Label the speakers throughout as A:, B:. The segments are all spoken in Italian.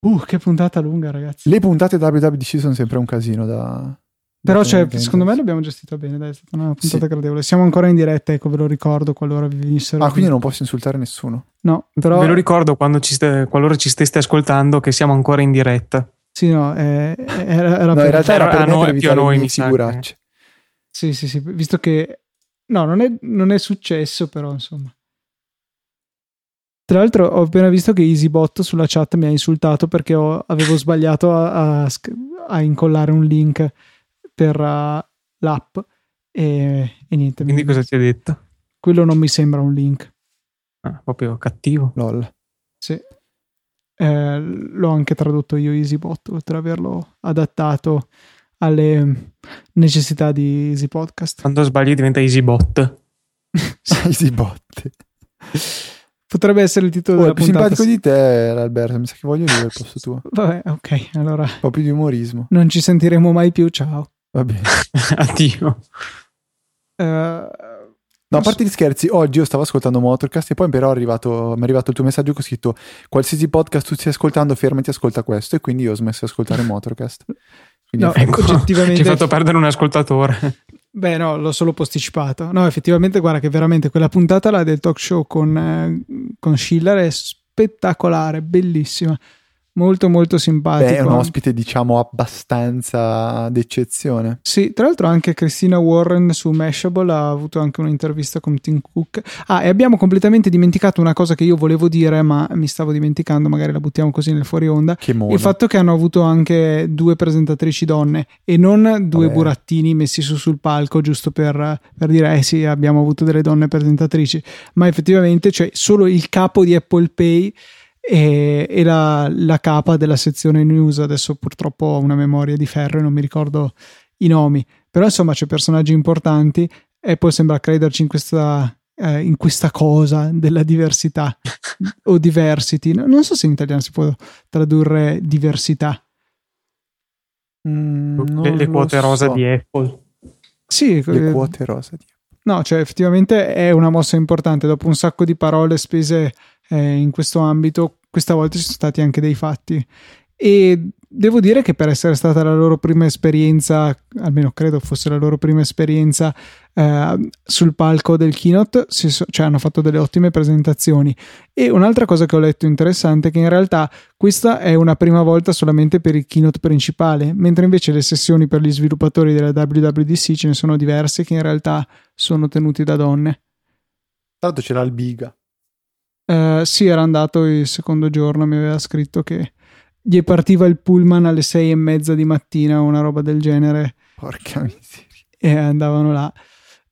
A: Uh, che puntata lunga, ragazzi.
B: Le puntate WWDC sono sempre un casino da...
A: Però,
B: da
A: cioè,
B: tenere in
A: secondo me
B: mente.
A: l'abbiamo gestita bene, dai, è stata una puntata
B: Sì.
A: gradevole. Siamo ancora in diretta, ecco, ve lo ricordo qualora vi venissero.
B: Ah, quindi non posso insultare nessuno.
A: No, però...
C: Ve lo ricordo quando ci ste- qualora ci steste ascoltando che siamo ancora in diretta.
A: Sì, no, eh, era, era
B: No,
A: per-
B: in realtà era
C: Era
B: per
C: a
B: me
C: noi,
B: per
C: più a
B: evitare
C: noi,
B: ogni
C: mi sa che-
B: figuraccia.
A: Sì, sì, sì, visto che... No, non è, non è successo, però, insomma. Tra l'altro ho appena visto che EasyBot sulla chat mi ha insultato perché ho- avevo sbagliato a, a sc- a incollare un link per uh, l'app e, e niente.
C: Quindi cosa ti ha detto?
A: Quello non mi sembra un link.
C: Ah, proprio cattivo.
B: LOL.
A: Sì. Eh, l'ho anche tradotto io EasyBot, oltre ad averlo adattato alle necessità di Easy Podcast.
C: Quando sbagli diventa EasyBot.
B: Easy botte.
A: Potrebbe essere il titolo
B: Oh,
A: della
B: il più
A: puntata.
B: simpatico di te era Alberto, mi sa che voglio dire al posto tuo. Un
A: Vabbè, ok, allora
B: po' più di umorismo.
A: non ci sentiremo mai più, ciao.
B: Va bene.
C: Addio.
A: Eh,
B: No, a parte gli scherzi, oggi io stavo ascoltando Motorcast e poi però è arrivato, mi è arrivato il tuo messaggio che ho scritto qualsiasi podcast tu stia ascoltando, fermati, ascolta questo e quindi io ho smesso di ascoltare Motorcast. Quindi
A: No,
B: è
C: Ecco,
A: oggettivamente-
C: Ci hai fatto perdere un ascoltatore.
A: beh, no, l'ho solo posticipato. No, effettivamente, guarda che veramente quella puntata là del talk show con, eh, con Schiller è spettacolare, bellissima, molto, molto
B: f-
A: simpatica.
B: beh, è un ospite diciamo abbastanza d'eccezione.
A: Sì, tra l'altro anche Christina Warren su Mashable ha avuto anche un'intervista con Tim Cook. Ah, e abbiamo completamente dimenticato una cosa che io volevo dire, ma mi stavo dimenticando, magari la buttiamo così nel fuori onda.
B: Che mono.
A: Il fatto che hanno avuto anche due presentatrici donne e non due
B: Vabbè.
A: burattini messi su sul palco giusto per, per dire eh sì abbiamo avuto delle donne presentatrici ma effettivamente cioè, solo il capo di Apple Pay e, e la, la capa della sezione news adesso purtroppo ho una memoria di ferro e non mi ricordo i nomi però insomma c'è personaggi importanti Apple sembra crederci in questa, eh, in questa cosa della diversità o diversity No, non so se in italiano si può tradurre diversità.
B: Mm,
C: le,
B: non
C: le
B: lo
C: quote rosa
B: so.
C: di Apple.
A: Sì,
B: Le
A: eh,
B: quote rosa di
A: no, cioè effettivamente è una mossa importante. Dopo un sacco di parole spese eh, in questo ambito, questa volta ci sono stati anche dei fatti. E devo dire che per essere stata la loro prima esperienza, almeno credo fosse la loro prima esperienza eh, sul palco del keynote, si so- cioè hanno fatto delle ottime presentazioni. E un'altra cosa che ho letto interessante è che in realtà questa è una prima volta solamente per il keynote principale, mentre invece le sessioni per gli sviluppatori della WWDC ce ne sono diverse che in realtà sono tenuti da donne.
B: Tra l'altro c'era Albiga.
A: Eh, sì, era andato il secondo giorno, mi aveva scritto che gli partiva il pullman alle sei e mezza di mattina o una roba del genere
B: Porca miseria.
A: e andavano là.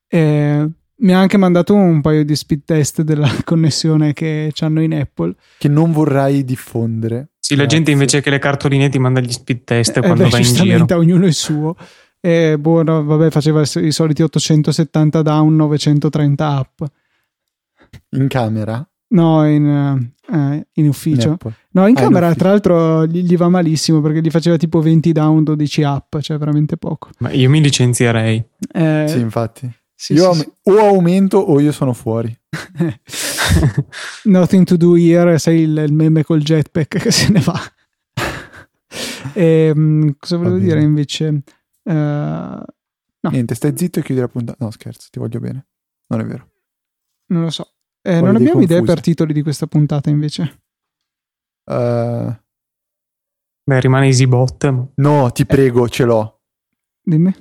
A: Eh, mi ha anche mandato un paio di speed test della connessione che hanno in Apple.
B: Che non vorrai diffondere.
C: Sì, la gente invece che le cartoline ti manda gli speed test
A: Eh,
C: quando
A: beh,
C: vai in
A: giustamente
C: giro.
A: a ognuno il suo. E boh, no, vabbè, faceva i i soliti 870 down, 930 up.
B: In camera.
A: No, in, eh, in ufficio.
B: in Apple.
A: No, in
B: Ah, in
A: camera,
B: ufficio.
A: tra l'altro, gli, gli va malissimo perché gli faceva tipo 20 down, 12 up, cioè veramente poco.
C: Ma io mi licenzierei.
A: Eh,
B: Sì, infatti.
A: sì,
B: io
A: sì,
B: am- o aumento o io sono fuori.
A: sì. Nothing to do here, sei il, il meme col jetpack che se ne va. Ehm, cosa volevo
B: Va bene.
A: dire invece? Eh, No.
B: Niente, stai zitto e chiudi la puntata. No, scherzo, ti voglio bene. Non è vero.
A: non lo so. Eh,
B: Ho
A: non
B: idee
A: abbiamo idee
B: confuse.
A: per titoli di questa puntata invece.
B: Eh,
C: Beh, rimane EasyBot. ma-
B: no, ti prego, ce l'ho.
A: Dimmi.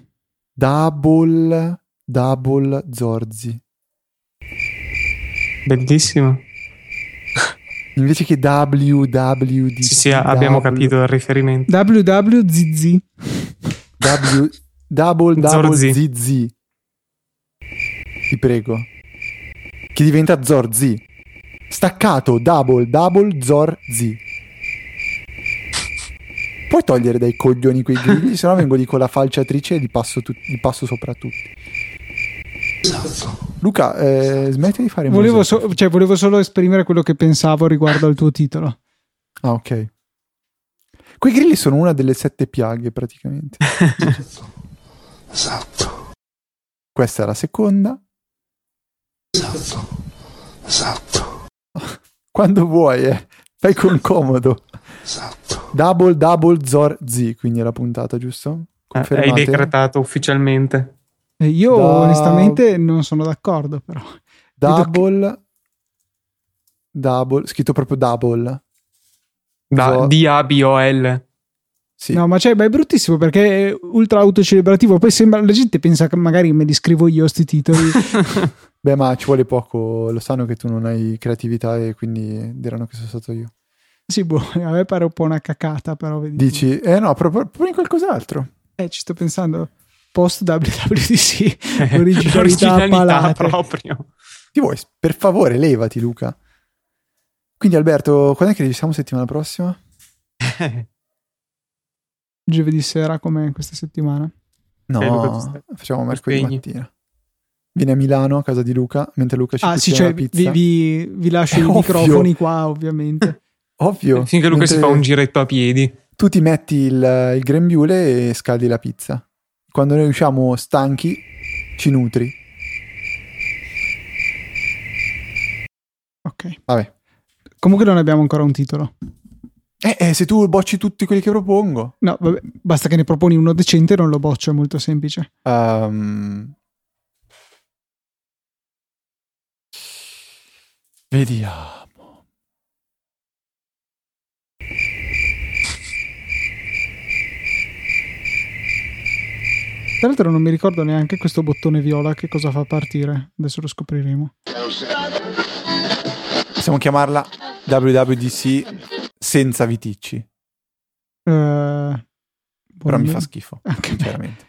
B: Double, double Zorzi.
C: Bellissimo.
B: Invece che WWD.
C: Sì, sì, abbiamo capito il riferimento.
A: WWZZ.
B: W, double, double
C: Zorzi.
B: ZZ. Ti prego. Che diventa Zorzi. Staccato, double, double Zorzi. Puoi togliere dai coglioni quei grilli, sennò vengo lì con la falciatrice e li passo, tut- li passo sopra tutti. Luca, eh, smetti di fare
A: Volevo,
B: musica.
A: so- cioè, volevo solo esprimere quello che pensavo riguardo al tuo titolo.
B: Ah, ok. Quei grilli sono una delle sette piaghe, praticamente.
D: Esatto,
B: Questa è la seconda.
D: esatto, esatto.
B: Quando vuoi, eh. Fai con comodo.
D: Esatto.
B: Double Double Zor Z, quindi è la puntata, giusto?
C: Eh, hai
B: Confermate?
C: decretato ufficialmente.
A: Eh, Io
B: Da-
A: onestamente non sono d'accordo, però.
B: Double Double, scritto proprio Double.
C: Da
B: So-
C: D-A-B-O-L.
B: Sì.
A: No, ma, cioè, ma è bruttissimo perché è ultra autocelebrativo. Poi sembra, la gente pensa che magari me li scrivo io sti titoli.
B: Beh, ma ci vuole poco, lo sanno che tu non hai creatività e quindi diranno che sono stato io.
A: sì, boh, a me pare un po' una cacata, però vedi. tu.
B: Dici, eh no, proprio, proprio in qualcos'altro.
A: Eh, ci sto pensando. Post WWDC. Originalità
C: L'originalità
A: palate.
C: proprio.
B: Ti vuoi, per favore, levati Luca. Quindi Alberto, quando è che registriamo settimana prossima?
A: Giovedì sera come questa settimana.
C: Eh, Luca, tu
B: No,
C: stai-
B: facciamo mercoledì
C: svegli.
B: mattina. Vieni a Milano, a casa di Luca, mentre Luca ci
A: Ah, sì,
B: cucina
A: cioè,
B: la
A: vi,
B: pizza.
A: vi- vi lascio
B: È
A: i
B: ovvio.
A: microfoni qua, ovviamente.
B: Ovvio.
C: Finché Luca si fa
B: Mentre
C: un giretto a piedi.
B: Tu ti metti il, il grembiule e scaldi la pizza. Quando noi usciamo stanchi, ci nutri.
A: ok.
B: Vabbè.
A: Comunque non abbiamo ancora un titolo.
B: Eh, eh, se tu bocci tutti quelli che propongo...
A: No, vabbè, basta che ne proponi uno decente e non lo boccio, è molto semplice.
B: Ehm. Vediamo.
A: Tra l'altro non mi ricordo neanche questo bottone viola che cosa fa partire. Adesso lo scopriremo.
B: Possiamo chiamarla WWDC senza viticci,
A: Eh,
B: però mi
A: buon-
B: fa schifo, Cioè,
A: Anche me.
B: sinceramente.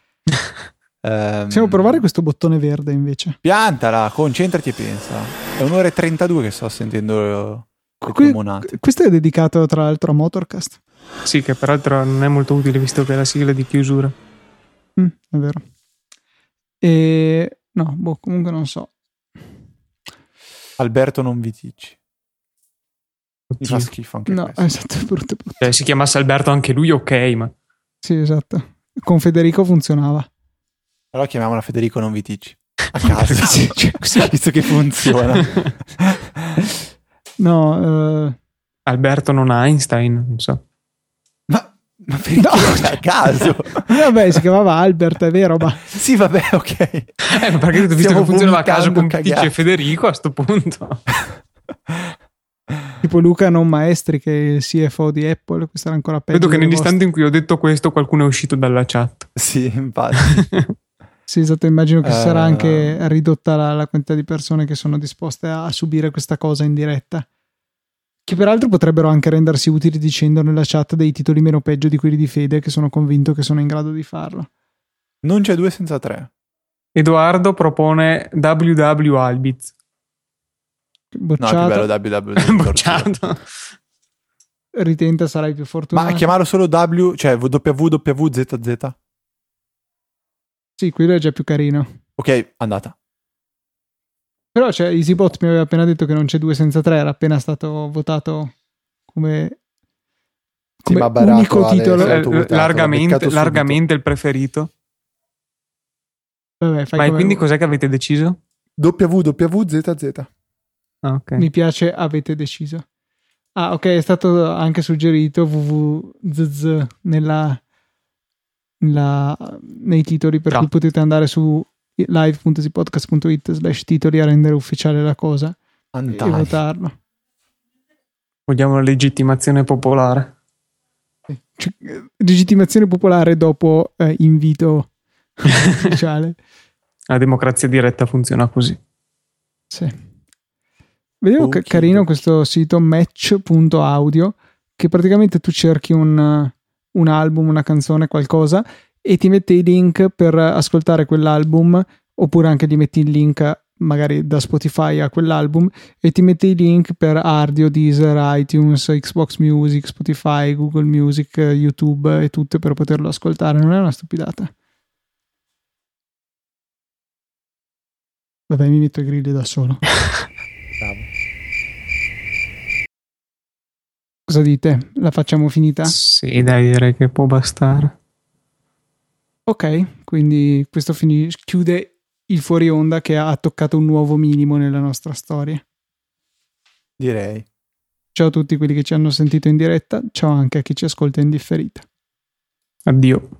B: Ehm,
A: Possiamo provare questo bottone verde invece.
B: Piantala, concentrati e pensa. È un'ora e 32 che sto sentendo le
A: Que-
B: tue monate.
A: questo è dedicato tra l'altro a Motorcast.
C: Sì, che peraltro non è molto utile visto che è la sigla di chiusura.
A: Mm, è vero. E no, boh, comunque non so.
B: Alberto non viticci. Mi
C: Oddio.
B: fa schifo anche
A: No,
B: questo.
A: esatto, è brutto, brutto.
C: Cioè, si chiamasse Alberto anche lui, ok, ma
A: Sì, esatto. Con Federico funzionava.
B: Allora chiamiamola Federico non viticci. A casa.
A: Sì, cioè, così.
B: Visto che funziona.
A: No, eh,
C: Alberto non Einstein, non so.
B: Ma, ma perché
A: No.
B: a caso?
A: vabbè, si chiamava Albert, è vero, ma
B: sì, vabbè, ok.
C: Eh, ma perché visto
B: Stiamo
C: che funzionava a caso con
B: vomitando
C: Viticci
B: cagate.
C: e Federico a sto punto.
A: tipo Luca non maestri che è il CFO di Apple, questo era ancora peggio.
C: Vedo che
A: delle vostre.
C: nell'istante in cui ho detto questo qualcuno è uscito dalla chat.
B: Sì, infatti.
A: Sì, esatto, immagino che
B: Eh.
A: sarà anche ridotta la, la quantità di persone che sono disposte a, a subire questa cosa in diretta. Che peraltro potrebbero anche rendersi utili dicendo nella chat dei titoli meno peggio di quelli di Fede, che sono convinto che sono in grado di farlo.
B: Non c'è due senza tre.
C: Edoardo propone WW Albit.
A: Che
B: No,
A: Bocciato,
B: è più bello WW.
C: Bocciato.
A: ritenta, sarai più
B: Ma
A: fortunato.
B: chiamarlo solo W, cioè WWWZZ.
A: Sì, quello è già più carino.
B: Ok, andata.
A: Però cioè, EasyBot mi aveva appena detto che non c'è due senza tre, era appena stato votato come,
B: Sì,
A: come
B: ma barato,
A: unico
B: Ale,
A: titolo.
B: sì.
C: Eh,
B: autovotato, l'ho beccato
C: largamente,
B: subito.
C: largamente il preferito.
A: Vabbè, fai
C: Ma e
A: come
C: quindi
A: vuoi.
C: cos'è che avete deciso?
B: WWZZ.
C: Ah, ok.
A: Mi piace, avete deciso. Ah, ok, è stato anche suggerito www.zz nella, nella- nei titoli, per
C: Già.
A: cui potete andare su live.podcast.it slash titoli a rendere ufficiale la cosa e
B: Andata.
A: votarlo.
C: Vogliamo la legittimazione popolare.
A: Cioè, eh, legittimazione popolare dopo eh, invito ufficiale.
C: La democrazia diretta funziona così.
A: Sì. Vedevo che
B: Ok,
A: carino
B: ok.
A: questo sito match.audio che praticamente tu cerchi un, un album, una canzone, qualcosa e ti mette i link per ascoltare quell'album oppure anche gli metti il link magari da Spotify a quell'album e ti mette i link per Ardio, Deezer, iTunes, Xbox Music, Spotify, Google Music, eh, YouTube e tutto per poterlo ascoltare. Non è una stupidata. Vabbè, mi metto i grilli da solo.
B: Bravo.
A: Cosa dite? La facciamo finita?
C: Sì, dai, direi che può bastare.
A: Ok, quindi questo fini- chiude il fuori onda che ha toccato un nuovo minimo nella nostra storia.
B: Direi.
A: Ciao a tutti quelli che ci hanno sentito in diretta, ciao anche a chi ci ascolta in differita.
C: Addio.